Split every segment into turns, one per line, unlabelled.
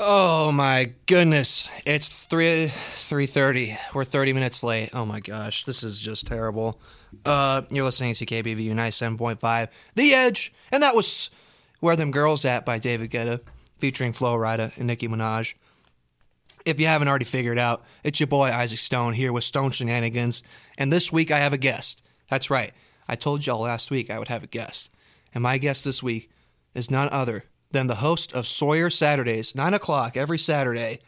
Oh, my goodness. It's 3 3:30. We're 30 minutes late. Oh my gosh. This is just terrible. Uh you're listening to KBVU 97.5 The Edge. And that was Where Them Girls At by David Guetta featuring Flo Rida and Nicki Minaj. If you haven't already figured out, it's your boy Isaac Stone here with Stone Shenanigans. And this week I have a guest. That's right. I told y'all last week I would have a guest. And my guest this week is none other than the host of Sawyer Saturdays, 9 o'clock every Saturday.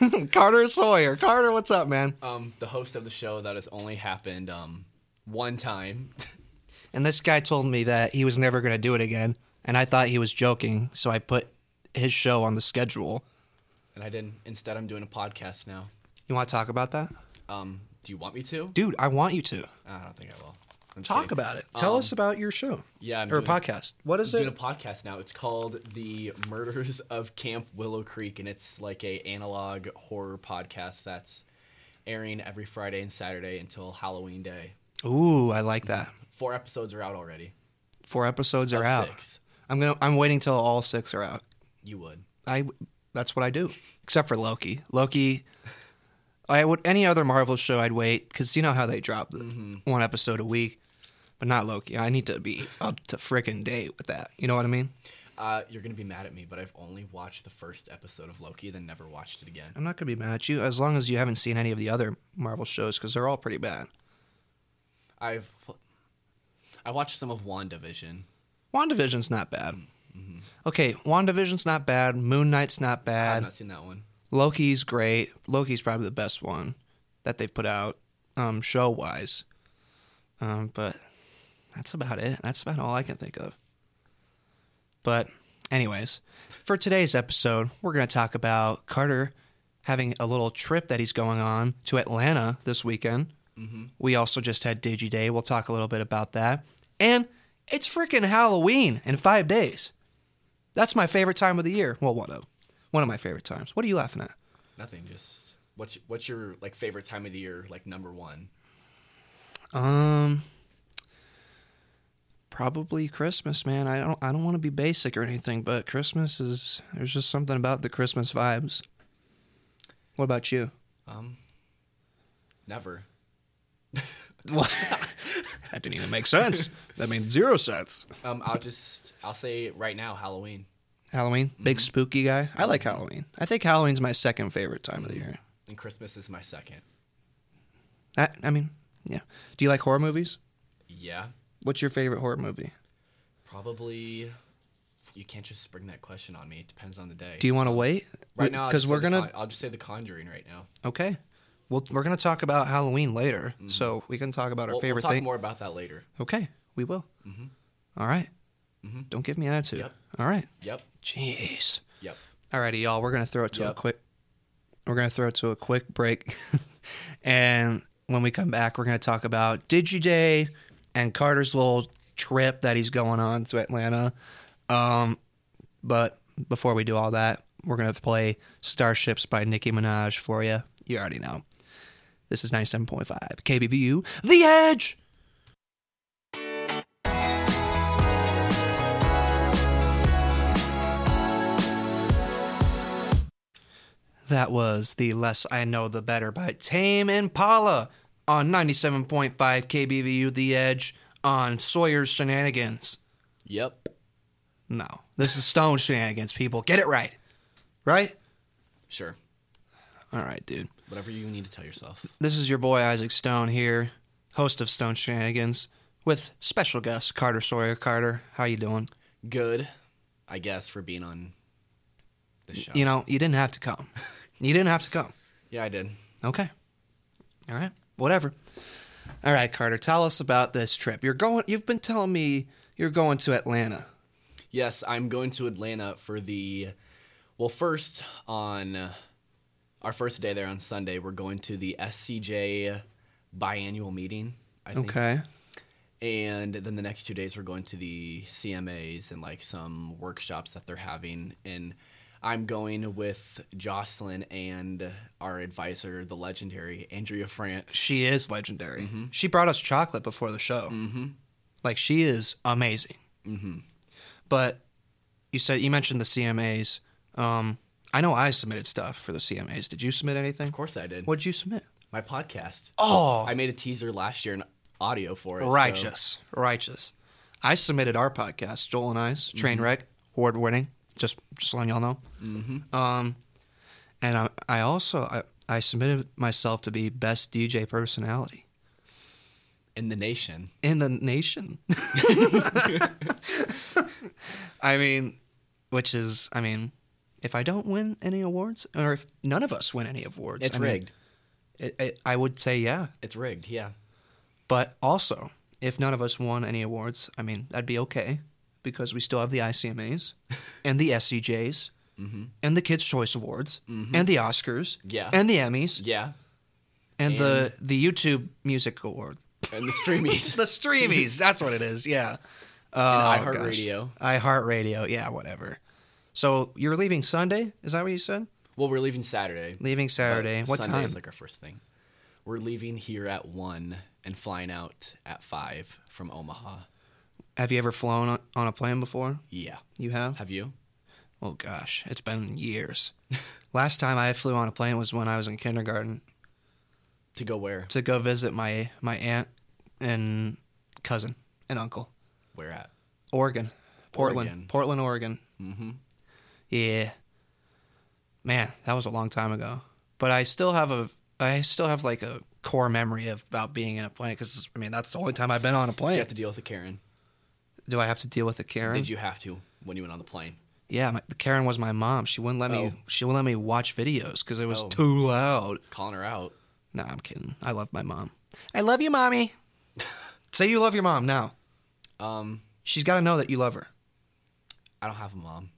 Carter Sawyer. Carter, what's up, man?
um, the host of the show that has only happened um, one time.
And this guy told me that he was never going to do it again. And I thought he was joking. So I put his show on the schedule.
and I didn't. Instead, I'm doing a podcast now.
You want to talk about that?
Um, do you want me to?
Dude, I want you to.
I don't think I will. I'm just
Talk
kidding.
about it. Tell
Um,
us about your show.
yeah, I'm
or
doing-
podcast. What is it?
I'm doing a podcast now. It's called The Murders of Camp Willow Creek, and it's like a analog horror podcast that's airing every Friday and Saturday until Halloween Day.
Ooh, I like that.
Four episodes are out already.
Four episodes are
Of
out.
Six.
I'm gonna. I'm waiting till all six are out.
You would.
I. That's what I do. Except for Loki. Loki. I would any other Marvel show. I'd wait because you know how they drop the one episode a week, but not Loki. I need to be up to frickin' date with that. You know what I mean?
Uh, you're gonna be mad at me, but I've only watched the first episode of Loki, then never watched it again.
I'm not gonna be mad at you as long as you haven't seen any of the other Marvel shows because they're all pretty bad.
I've I watched some of WandaVision.
WandaVision's not bad. Mm-hmm. Okay, WandaVision's not bad. Moon Knight's not
I've
bad.
not seen that one.
Loki's great. Loki's probably the best one that they've put out um, show wise. Um, but that's about it. That's about all I can think of. But, anyways, for today's episode, we're going to talk about Carter having a little trip that he's going on to Atlanta this weekend. We also just had Digi Day. We'll talk a little bit about that. And it's freaking Halloween in five days. That's my favorite time of the year. Well, one of one of my favorite times. What are you laughing at?
Nothing. Just what's what's your like favorite time of the year? Like number one.
Um, probably Christmas, man. I don't I don't want to be basic or anything, but Christmas is there's just something about the Christmas vibes. What about you?
Um, never.
What? that didn't even make sense. That made zero sense.
Um, I'll just I'll say right now Halloween,
Halloween,
Mm-hmm.
big spooky guy. I like Halloween. I think Halloween's my second favorite time of the year.
and Christmas is my second.
I, I mean, yeah. Do you like horror movies?
Yeah,
What's your favorite horror movie?
probably. You can't just spring that question on me. It depends on the day.
Do you want to wait?
right now? I'll
because
just
we're
say The
gonna
Con- I'll just say The Conjuring right now.
Okay. Well, we're going to talk about Halloween later, so we can talk about our
Mm-hmm. We'll, we'll
favorite
talk
thing.
more about that later.
Okay, we will. All right. Don't give me an attitude.
Mm-hmm. Yep.
All right.
Yep.
Jeez.
Yep.
All righty, y'all. We're going to throw it to a
Yep.
quick. We're going to throw it to a quick break, and when we come back, we're going to talk about Digi Day and Carter's little trip that he's going on to Atlanta. Um, but before we do all that, we're going to play Starships by Nicki Minaj for you. You already know. This is 97.5 KBVU, The Edge. That was The Less I Know The Better by Tame Impala on 97.5 KBVU, The Edge on Sawyer's Shenanigans.
Yep.
No, this is Stone Shenanigans, people. Get it right. Right?
Sure.
All right, dude.
Whatever you need to tell yourself.
This is your boy Isaac Stone here, host of Stone Shenanigans, with special guest Carter Sawyer. Carter, how you doing?
Good, I guess, for being on the show.
You know, you didn't have to come. You didn't have to come.
yeah, I did.
Okay. All right. Whatever. All right, Carter, tell us about this trip. You're going you've been telling me you're going to Atlanta.
Yes, I'm going to Atlanta for the. Well, first on our first day there on Sunday, we're going to the SCJ biannual meeting. I think.
Okay.
And then the next two days, we're going to the CMAs and like some workshops that they're having. And I'm going with Jocelyn and our advisor, the legendary Andrea France.
She is legendary. She brought us chocolate before the show.
Mm-hmm.
Like she is amazing.
Mm-hmm.
But you said you mentioned the CMAs. Um, I know I submitted stuff for the CMAs. Did you submit anything?
Of course I did.
What'd you submit?
My podcast.
Oh,
I made a teaser last year in audio for it. so-
righteous, righteous. I submitted our podcast, Joel and I's
Mm-hmm.
Trainwreck, award winning. Just just letting y'all know. Mm-hmm. Um, and I, I also I, I submitted myself to be best DJ personality
in the nation.
in the nation. I mean, which is I mean, if I don't win any awards, or if none of us win any awards,
It's
I mean,
rigged.
it, it, I would say yeah.
It's rigged. Yeah.
But also, if none of us won any awards, I mean, that'd be okay because we still have the ICMAs and the SCJs and the Kids' Choice Awards and the Oscars
Mm-hmm. Yeah.
and the Emmys
Yeah.
and, the, the YouTube Music Award.
And the streamies.
The Streamies, that's what it is, yeah. Oh,
iHeartRadio.
gosh. iHeartRadio, yeah, whatever. So you're leaving Sunday? Is that what you said?
well, we're leaving Saturday.
Leaving Saturday.
But
what
Sunday
time?
is like our first thing. We're leaving here at one and flying out at five from Omaha.
Have you ever flown on- on a plane before?
Yeah.
You have?
Have you?
Oh gosh, it's been years. Last time I flew on a plane was when I was in kindergarten
To go where?
to go visit my my aunt and cousin and uncle.
Where at?
Oregon. Portland.
Oregon.
Portland, Oregon.
Mm-hmm.
Yeah. Man, that was a long time ago. But I still have a I still have like a core memory of about being in a plane cuz I mean that's the only time I've been on a
You
plane.
have to deal with the Karen.
Do I have to deal with a Karen?
Did you have to when you went on the plane?
yeah, my, Karen was my mom. She wouldn't let me
Oh.
she wouldn't let me watch videos cuz it was
Oh.
too loud.
Calling her out.
No, I'm kidding. I love my mom. I love you, mommy. Say you love your mom now.
Um,
She's got to know that you love her.
I don't have a mom.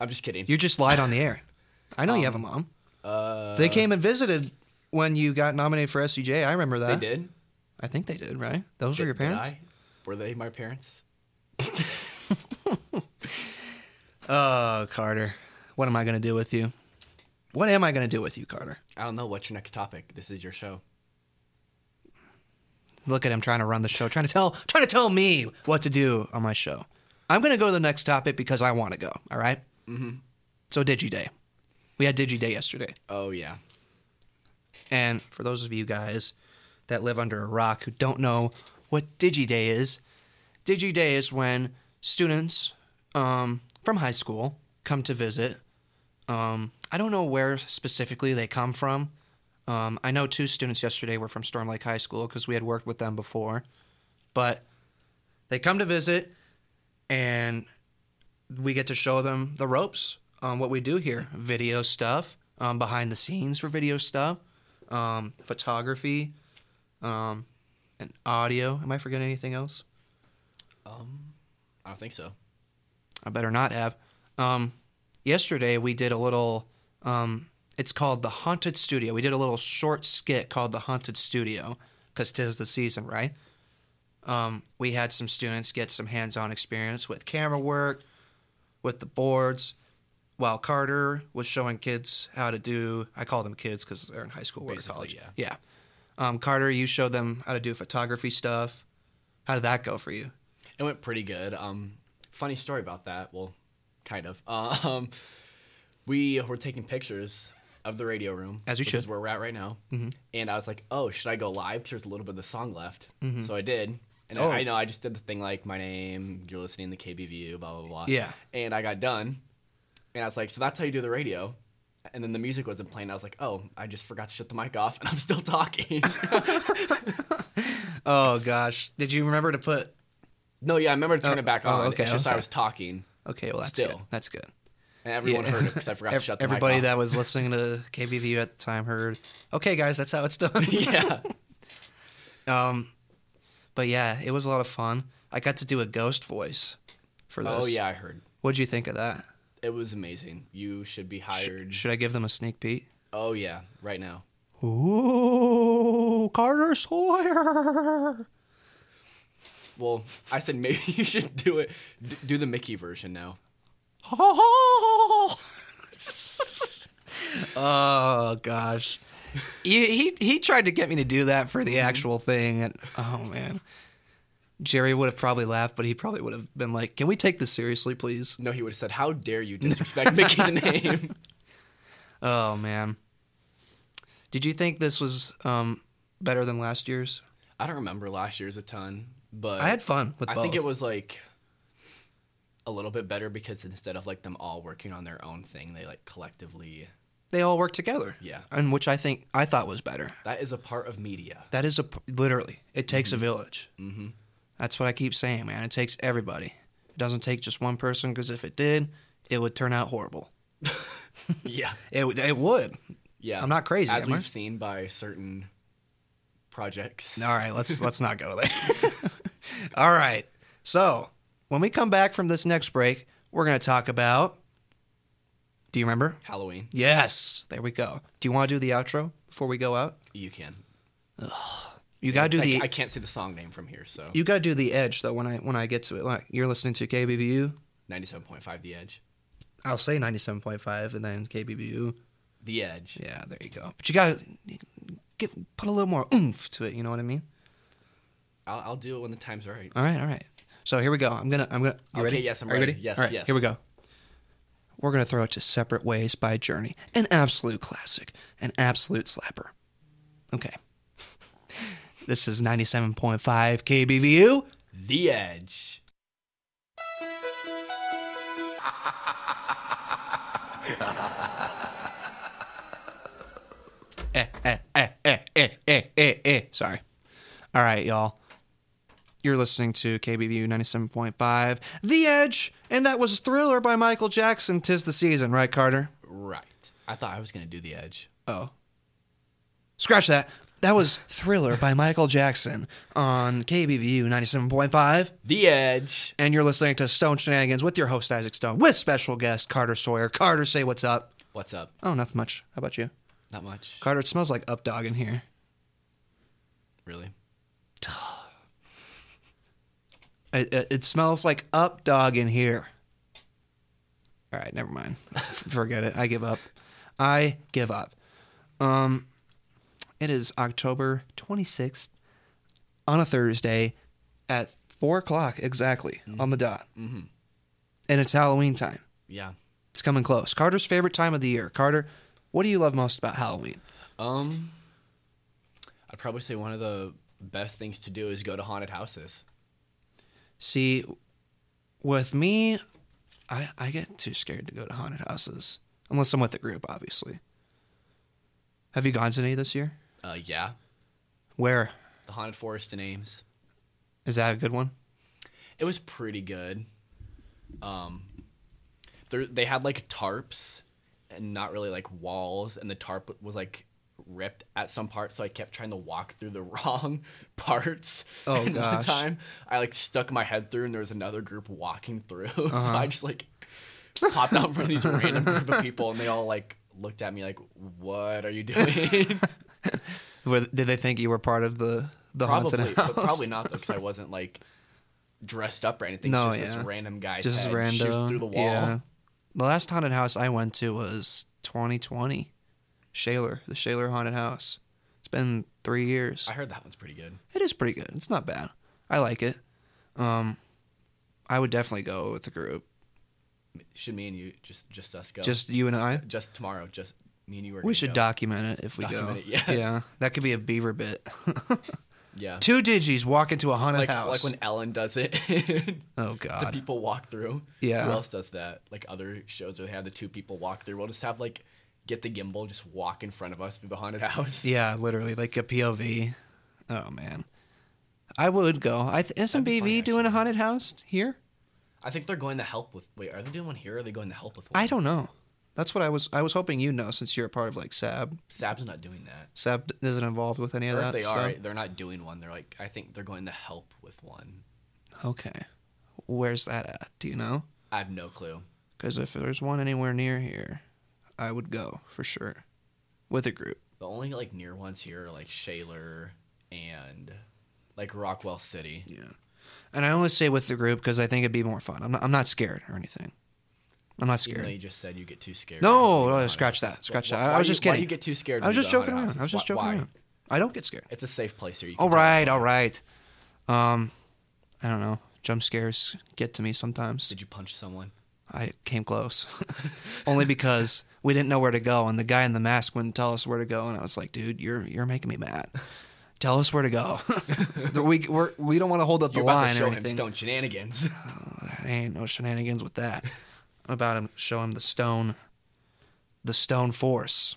I'm just kidding.
You just lied on the air. I know you have a mom.
Um, uh,
They came and visited when you got nominated for SCJ. I remember
They
that.
did.
I think they did, right? Those
Did-
were your
did
parents.
I? Were they my parents?
Oh, Carter. What am I going to do with you? What am I going to do with you, Carter?
I don't know. What's your next topic? This is your show.
Look at him trying to run the show, trying to tell trying to tell me what to do on my show. I'm going to go to the next topic because I want to go, all right? Mhm.
Mm-hmm.
So Digi Day. We had Digi Day yesterday.
Oh yeah.
And for those of you guys that live under a rock who don't know what Digi Day is, Digi Day is when students um, from high school come to visit. Um, I don't know where specifically they come from. Um, I know two students yesterday were from Storm Lake High School because we had worked with them before. But they come to visit, and we get to show them the ropes on what we do here video stuff, um, behind the scenes for video stuff, um, photography, um, and audio. Am I forgetting anything else?
Um, I don't think so.
I better not have. Um, yesterday we did a little. Um, it's called the Haunted Studio. We did a little short skit called the Haunted Studio because tis the season, right? Um, we had some students get some hands-on experience with camera work, with the boards, while Carter was showing kids how to do. I call them kids because they're in high school, we're in
Basically,
college.
yeah.
Yeah. Um, Carter, you showed them how to do photography stuff. How did that go for you?
It went pretty good. Um, funny story about that. Well, kind of. Um, we were taking pictures of the radio room,
As you
which
should. Mm-hmm.
is where we're at right now. And I was like, "Oh, should I go live? Because there's a little bit of the song left." So I did. And
Mm-hmm. Oh.
I, I know I just did the thing like my name, you're listening to KBVU, blah blah blah.
Yeah.
And I got done, and I was like, "So that's how you do the radio." And then the music wasn't playing. I was like, "Oh, I just forgot to shut the mic off, and I'm still talking."
Oh gosh, did you remember to put
no, yeah, I remember to turn
Oh,
it back
oh,
on.
okay,
it's just I
okay.
was talking.
Okay, well that's good.
Still.
That's good.
And everyone
Yeah.
heard it because I forgot to
Ev-
shut the mic
Everybody
off.
that was listening to KBVU at the time heard. Okay, guys, that's how it's done.
yeah.
um, but yeah, it was a lot of fun. I got to do a ghost voice for this.
Oh yeah, I heard.
What'd you think of that?
It was amazing. You should be
Sh-
hired.
should I give them a sneak peek?
oh yeah, right now.
Ooh, Carter Sawyer.
Well, I said maybe you should do it. D- do the Mickey version now.
Oh, gosh. He, he he tried to get me to do that for
Mm-hmm.
the actual thing and oh man. Jerry would have probably laughed, but he probably would have been like, "Can we take this seriously, please?"
No, he would have said, "How dare you disrespect Mickey's name?"
Oh man. Did you think this was um, better than last year's?
I don't remember last year's a ton, but
I had fun with
Uh, I
both.
think it was like a little bit better because instead of like them all working on their own thing, they like collectively.
they all worked together,
Yeah,
and which I think I thought was better.
that is a part of media.
That is a p- literally it takes a village.
Mm-hmm.
That's what I keep saying, man. It takes everybody. It doesn't take just one person because if it did, it would turn out horrible.
Yeah,
It would- it would.
yeah.
I'm not crazy.
as
am I?
we've seen by certain projects.
All right, let's let's not go there. All right. So when we come back from this next break, we're gonna talk about. Do you remember?
Halloween,
Yes. There we go. Do you want to do the outro before we go out?
you can.
You gotta do
I,
the
I can't see the song name from here, so
you gotta do the edge though. When I when I get to it, like you're listening to KBBU,
97.5 The Edge.
I'll say ninety seven point five and then KBBU.
The Edge.
Yeah, there you go. But you gotta give put a little more oomph to it. You know what I mean?
I'll, I'll do it when the time's right.
All right, all right. So here we go. I'm gonna. I'm gonna. You
Okay,
ready?
yes, I'm
Are you
ready. Yes,
all right.
yes.
Here we go. We're gonna throw it to separate ways by Journey, an absolute classic, an absolute slapper. Okay. this is 97.5 KBVU.
The Edge.
Eh, eh, eh, eh, eh, eh, eh, eh. Sorry. All right, y'all. You're listening to KBVU 97.5, The Edge, and that was Thriller by Michael Jackson. Tis the season, right, Carter?
Right. I thought I was gonna do The Edge.
Oh. Scratch that. That was Thriller by Michael Jackson on KBVU 97.5.
The Edge.
And you're listening to Stone Shenanigans with your host, Isaac Stone, with special guest, Carter Sawyer. Carter, say what's up.
What's up?
Oh, nothing much. How about you?
Not much.
Carter, it smells like up dog in here.
Really?
It, it, it smells like up dog in here. All right, never mind. Forget it. I give up. I give up. Um, it is October 26th on a Thursday at 4 o'clock exactly on the dot.
Mm-hmm.
And it's Halloween time.
Yeah.
It's coming close. Carter's favorite time of the year. Carter, what do you love most about Halloween?
Um, I'd probably say one of the best things to do is go to haunted houses.
See, with me, I, I get too scared to go to haunted houses. Unless I'm with a group, obviously. Have you gone to any this year?
Uh, yeah.
Where?
The haunted forest in Ames.
Is that a good one?
It was pretty good. Um, there they had like tarps and not really like walls, and the tarp was like ripped at some part, so I kept trying to walk through the wrong parts.
Oh,
and
gosh.
One time I like stuck my head through, and there was another group walking through, so
Uh-huh.
I just like popped out in front of these random group of people, and they all like looked at me like, "What are you doing?"
Where, did they think you were part of the, the
probably,
haunted
but
house?
probably not because I wasn't like dressed up or anything.
No,
it's just
yeah.
this random guy
Just
head
random.
shoots through the wall.
Yeah. The last haunted house I went to was 2020. Shaler, the Shaler haunted house. It's been three years.
I heard that one's pretty good.
It is pretty good. It's not bad. I like it. Um, I would definitely go with the group.
Should me and you just just us go?
Just you and I.
just tomorrow. Just me and you. Are
We
gonna
should
go.
document it if we
Document
go.
it, yeah.
that could be a beaver bit.
Yeah.
Two digis walk into a haunted
Like
house.
like when Ellen does it, the
oh god.
people walk through.
Yeah.
Who else does that? Like other shows where they have the two people walk through. We'll just have like get the gimbal, just walk in front of us through the haunted house.
Yeah, literally like a POV. Oh man, I would go. I th- isn't
be fun,
BV doing a
actually.
haunted house here?
I think they're going to help with. Wait, are they doing one here? Or are they going to help with? One?
I don't know. That's what I was. I was hoping you know since you're a part of like Sab.
Sab's not doing that.
Sab isn't involved with any of
or
that.
if they
stuff.
are, they're not doing one. They're like, I think they're going to help with one.
Okay, where's that at? Do you know?
I have no clue.
Because if there's one anywhere near here, I would go for sure with a group.
The only like near ones here are like Shaler and like Rockwell City.
Yeah. And I only say with the group because I think it'd be more fun. I'm not, I'm not scared or anything. I'm not
Even though
scared.
you just said you get too scared.
No,
Why
no,
do you
scratch
go
that,
to
scratch
haunted
that. I
houses? Why-
was
why-
just
Why do you
kidding.
get too scared?
I was
when you
just
go to
joking
haunted
around. I was
houses?
just
Why-
joking
why?
around. I don't get scared.
It's a safe place here. You can
All
do it.
right, all right. Um, I don't know. Jump scares get to me sometimes.
Did you punch someone?
I came close, only because we didn't know where to go, and the guy in the mask wouldn't tell us where to go, and I was like, dude, you're you're making me mad. Tell us where to go. we we're, we don't want to hold up
You're
the
about
line or
to show him
anything.
stone shenanigans.
ain't no shenanigans with that. I'm about him show him the stone, the stone force.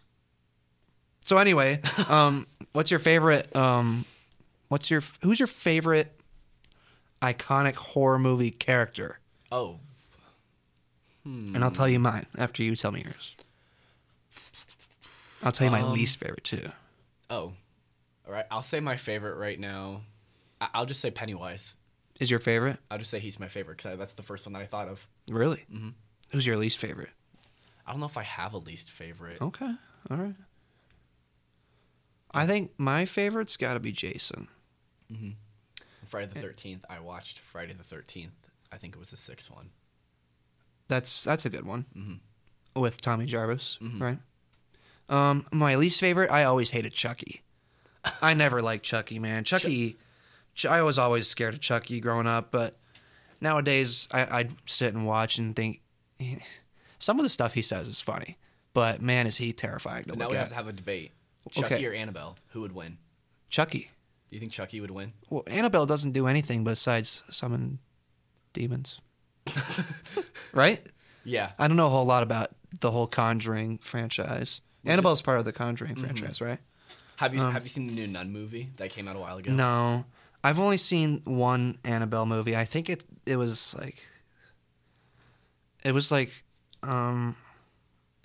So anyway, um, what's your favorite? Um, what's your who's your favorite iconic horror movie character?
oh,
And I'll tell you mine after you tell me yours. I'll tell you my
Um,
least favorite too.
oh. All right. I'll say my favorite right now. I- I'll just say Pennywise.
Is your favorite
I'll just say he's my favorite because that's the first one that I thought of.
really? Mm-hmm. Who's your least favorite?
I don't know if I have a least favorite.
Okay, all right. I think my favorite's got to be Jason.
Friday the
Eh.
13th. I watched Friday the 13th. I think it was the sixth one.
That's that's a good one.
Mhm.
With Tommy Jarvis,
Mhm.
right? Um, my least favorite. I always hated Chucky. I never liked Chucky, man. Chucky. Ch- I was always scared of Chucky growing up, but nowadays I, I'd sit and watch and think. Some of the stuff he says is funny, but man, is he terrifying to
But now
look
we have
at.
to have a debate.
Okay.
Chucky or Annabelle? Who would win?
Chucky.
Do you think Chucky would win?
Well, Annabelle doesn't do anything besides summon demons, right?
Yeah.
I don't know a whole lot about the whole Conjuring franchise. Annabelle's part of the Conjuring franchise, right?
Have you have you seen the new Nun movie that came out a while ago?
Um, No, I've only seen one Annabelle movie. I think it it was like it was like um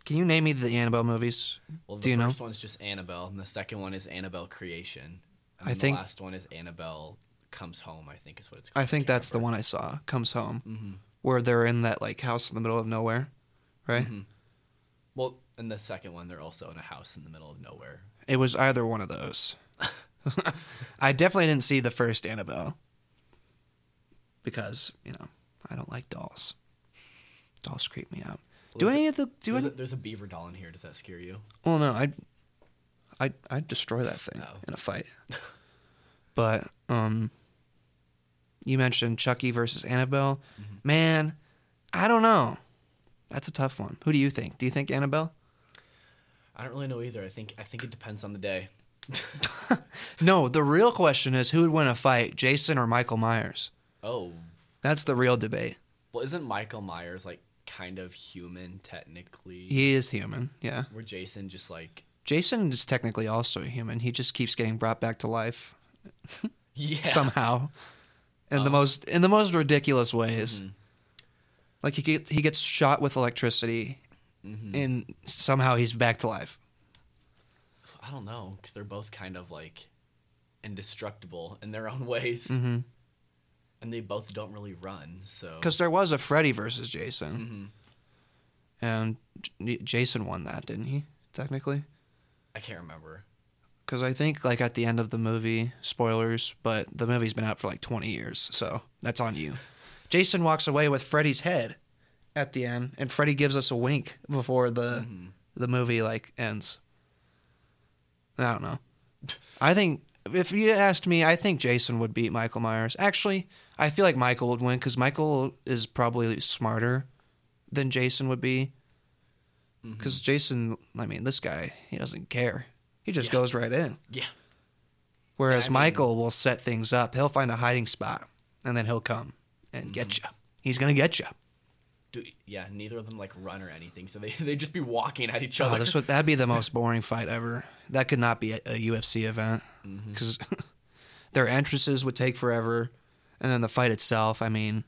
can you name me the Annabelle movies?
Well, the
Do you know?
first one's just Annabelle, and the second one is Annabelle Creation. And
I
then
think-
the last one is Annabelle Comes Home. I think is what it's called.
I think that's the one I saw. Comes home
the one. hmm
where they're in that like house in the middle of nowhere, right?
Mhm. Well, and the second one, they're also in a house in the middle of nowhere.
It was either one of those. I definitely didn't see the first Annabelle because you know I don't like dolls. Dolls creep me out. do
Well, is
any of the do
there's,
any?
a, there's a beaver doll in here. Does that scare you?
Well, no, I, I, I destroy that thing
Oh.
in a fight. but um, you mentioned Chucky versus Annabelle.
Mm-hmm.
Man, I don't know. That's a tough one. Who do you think? Do you think Annabelle?
I don't really know either. I think I think it depends on the day.
No, the real question is who would win a fight, Jason or Michael Myers?
Oh,
That's the real debate.
well, isn't Michael Myers like kind of human technically?
He is human, yeah.
Where Jason just like
Jason is technically also a human. He just keeps getting brought back to life
yeah.
somehow, in the
Um,
most in the most ridiculous ways.
Mhm.
Like he gets he gets shot with electricity,
Mhm.
and somehow he's back to life.
I don't know because they're both kind of like indestructible in their own ways,
Mhm.
and they both don't really run. So
Because there was a Freddy versus Jason,
Mhm.
and J- Jason won that, didn't he? Technically,
I can't remember.
because I think like at the end of the movie, spoilers, but the movie's been out for like twenty years, so that's on you. Jason walks away with Freddy's head at the end, and Freddy gives us a wink before the
Mhm.
the movie like ends. I don't know. I think if you asked me, I think Jason would beat Michael Myers. Actually, I feel like Michael would win because Michael is probably smarter than Jason would be. Because Jason, I mean, this guy, he doesn't care. He just
Yeah.
goes right in.
Yeah,
Whereas
I mean-
Michael will set things up. He'll find a hiding spot and then he'll come and get
Mm-hmm.
you. He's gonna get you.
do, yeah. Neither of them like run or anything, so they they just be walking at each
Oh,
other.
this would that'd be the most boring fight ever. That could not be a, a UFC event
Mm-hmm.
because their entrances would take forever, and then the fight itself. I mean,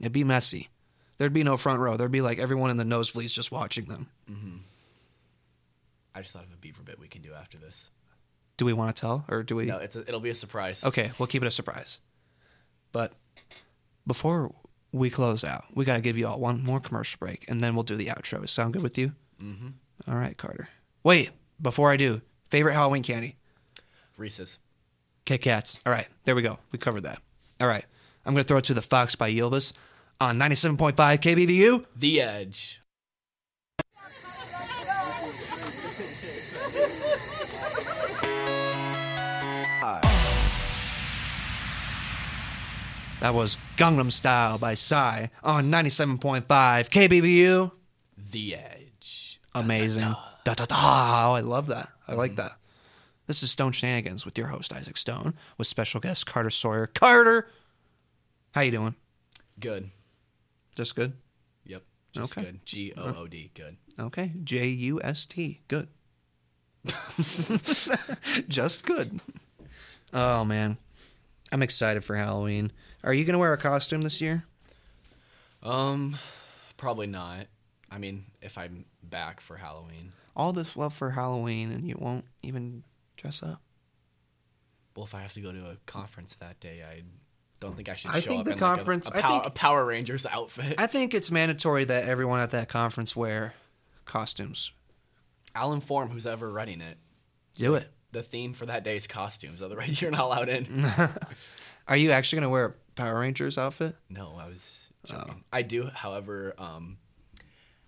it'd be messy. There'd be no front row. There'd be like everyone in the nosebleeds just watching them.
I just thought of a beaver bit we can do after this.
Do we want to tell or do we?
No, it's a, it'll be a surprise.
Okay, we'll keep it a surprise. But before we close out, we got to give you all one more commercial break, and then we'll do the outro. Sound good with you?
Mm-hmm.
All right, Carter. Wait, before I do, favorite Halloween candy.
Reese's.
Kit Kats. All right, there we go. We covered that. All right, I'm going to throw it to the Fox by Yilvis on 97.5 KBVU.
The Edge.
That was Gangnam Style by Psy on 97.5 KBVU.
The Edge.
Amazing. Da Mm-hmm. da da. Oh, I love that. I like that. This is Stone Shenanigans with your host Isaac Stone with special guest Carter Sawyer. Carter, how you doing?
Good.
Just good.
Yep. Just
Okay.
good. G O O D. Good.
Okay. J U S T. Good. Just good. Oh man, I'm excited for Halloween. Are you gonna wear a costume this year?
Um, probably not. I mean, if I'm back for Halloween,
All this love for Halloween, and you won't even dress up.
well, if I have to go to a conference that day, I don't think I should. Show
I think
up
the
in, like, a-
conference-
a,
I
pow-
think-
a Power Rangers outfit.
I think it's mandatory that everyone at that conference wear costumes.
I'll inform who's ever running it.
Do it.
The theme for that day is costumes. Otherwise, you're not allowed in.
Are you actually gonna wear a Power Rangers outfit?
no, I was.
Oh.
joking. I do, however, um,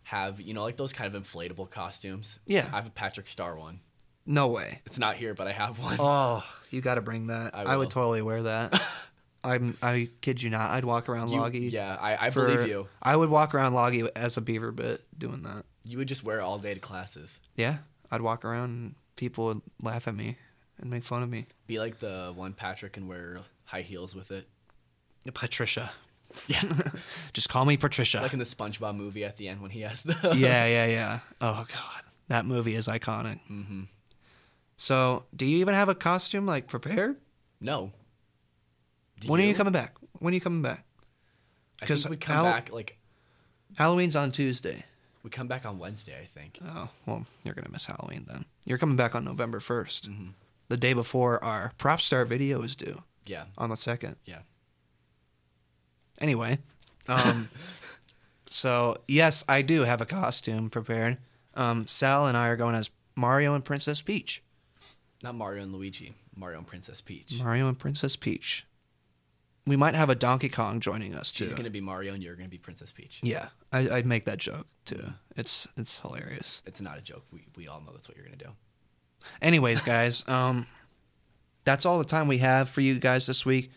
have you know like those kind of inflatable costumes?
Yeah.
I have a Patrick Star one.
No way.
It's not here, but I have one.
Oh, you got to bring that.
I
I,
will.
would totally wear that. I'm. I kid you not. I'd walk around
You-
Loggy.
yeah, I, I
for-
believe you.
I would walk around Loggy as a beaver bit doing that.
You would just wear it all day to classes.
Yeah, I'd walk around and people would laugh at me and make fun of me.
Be like the one Patrick and wear high heels with it.
Patricia.
Yeah.
Just call me Patricia.
like in the SpongeBob movie at the end when he has the.
yeah, yeah, yeah. Oh god, that movie is iconic.
hmm
So, do you even have a costume like prepared?
No. Do
when are you coming back? When are you coming back?
I
'cause
think we come
Al-
back like
Halloween's on Tuesday.
we come back on Wednesday. I think.
Oh, well, you're going to miss Halloween then. You're coming back on November 1st.
Mm-hmm.
The day before our Prop Star video is due
Yeah.
on the 2nd.
Yeah.
Anyway, um, so yes, I do have a costume prepared. Um, Sal and I are going as Mario and Princess Peach.
Not Mario and Luigi. Mario and Princess Peach.
Mario and Princess Peach. We might have a Donkey Kong joining us too.
She's gonna be Mario and you're gonna be Princess Peach.
Yeah, I, I'd make that joke too. It's it's hilarious.
It's not a joke. We we all know that's what you're gonna do.
Anyways, guys, um, that's all the time we have for you guys this week.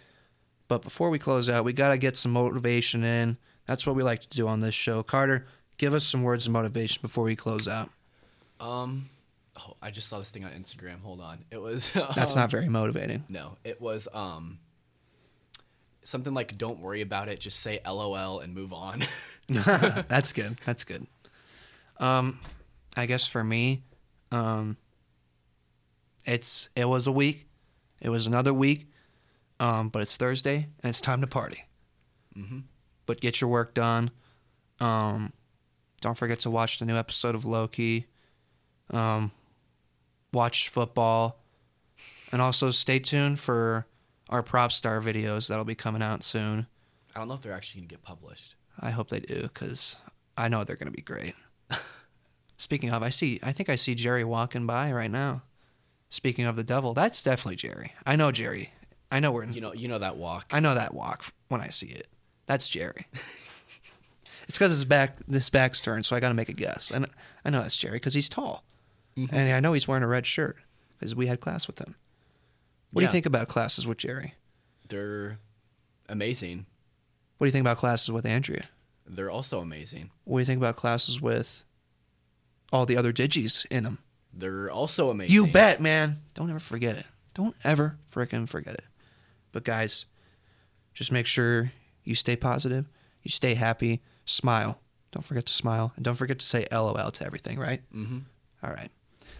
But before we close out, we got to get some motivation in. That's what we like to do on this show. Carter, give us some words of motivation before we close out.
Um. Oh, I just saw this thing on Instagram. Hold on. It was.
That's
um,
not very motivating.
No, it was um. Something like "Don't worry about it. Just say LOL and move on."
that's good. That's good. Um, I guess for me, um, it's it was a week. It was another week, um, but it's Thursday and it's time to party.
mm-hmm.
but get your work done. Um, don't forget to watch the new episode of Loki. Um, watch football, and also stay tuned for our prop star videos that'll be coming out soon.
I don't know if they're actually gonna get published.
I hope they do because I know they're gonna be great. Speaking of, I see. I think I see Jerry walking by right now. Speaking of the devil, that's definitely Jerry. I know Jerry. I know we're in
You know, you know that walk.
I know that walk when I see it. That's Jerry. it's because his back this back's turned, so I got to make a guess. And I know that's Jerry because he's tall, and I know he's wearing a red shirt because we had class with him. What do
Yeah.
you think about classes with Jerry?
They're amazing.
What do you think about classes with Andrea?
They're also amazing.
What do you think about classes with all the other digis in them?
They're also amazing.
You bet, man. Don't ever forget it. Don't ever frickin' forget it. But guys, just make sure you stay positive, you stay happy, smile. Don't forget to smile, and don't forget to say LOL to everything, right?
Mm-hmm.
All right.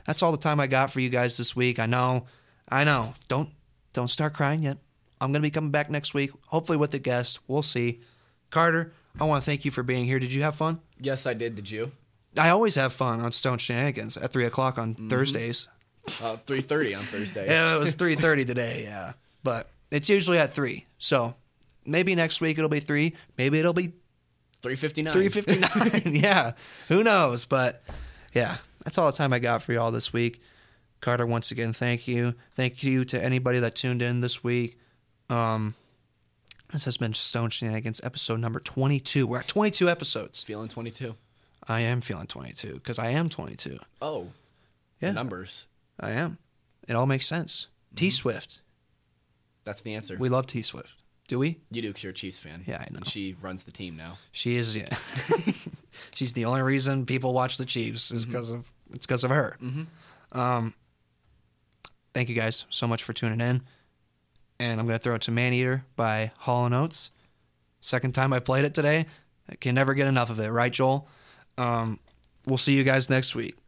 That's all the time I got for you guys this week. I know. I know. Don't don't start crying yet. I'm going to be coming back next week, hopefully with a guest. We'll see. Carter, I want to thank you for being here. Did you have fun?
Yes, I did. Did you?
I always have fun on Stone Shenanigans at 3 o'clock on Thursdays.
Uh, Three thirty on Thursday.
Yeah, it was three thirty today. Yeah, but it's usually at three. So maybe next week it'll be three. Maybe it'll be
Three fifty nine.
three fifty nine. yeah, who knows? But yeah, that's all the time I got for y'all this week. Carter, once again, thank you. Thank you to anybody that tuned in this week. Um, this has been Stone Shenanigans, episode number twenty-two. We're at twenty-two episodes.
Feeling twenty two.
I am feeling twenty-two because I am twenty-two.
Oh, the
Yeah,
numbers.
I am. It all makes sense. T Swift.
That's the answer.
We love T Swift. Do we?
you do because you're a Chiefs fan.
Yeah, I know.
And she runs the team now.
She is, yeah. She's the only reason people watch the Chiefs is because of it's because of her. Um, thank you guys so much for tuning in, and I'm gonna throw it to Man Eater by Hall and Oates. Second time I played it today. I can never get enough of it, right, Joel? Um, we'll see you guys next week.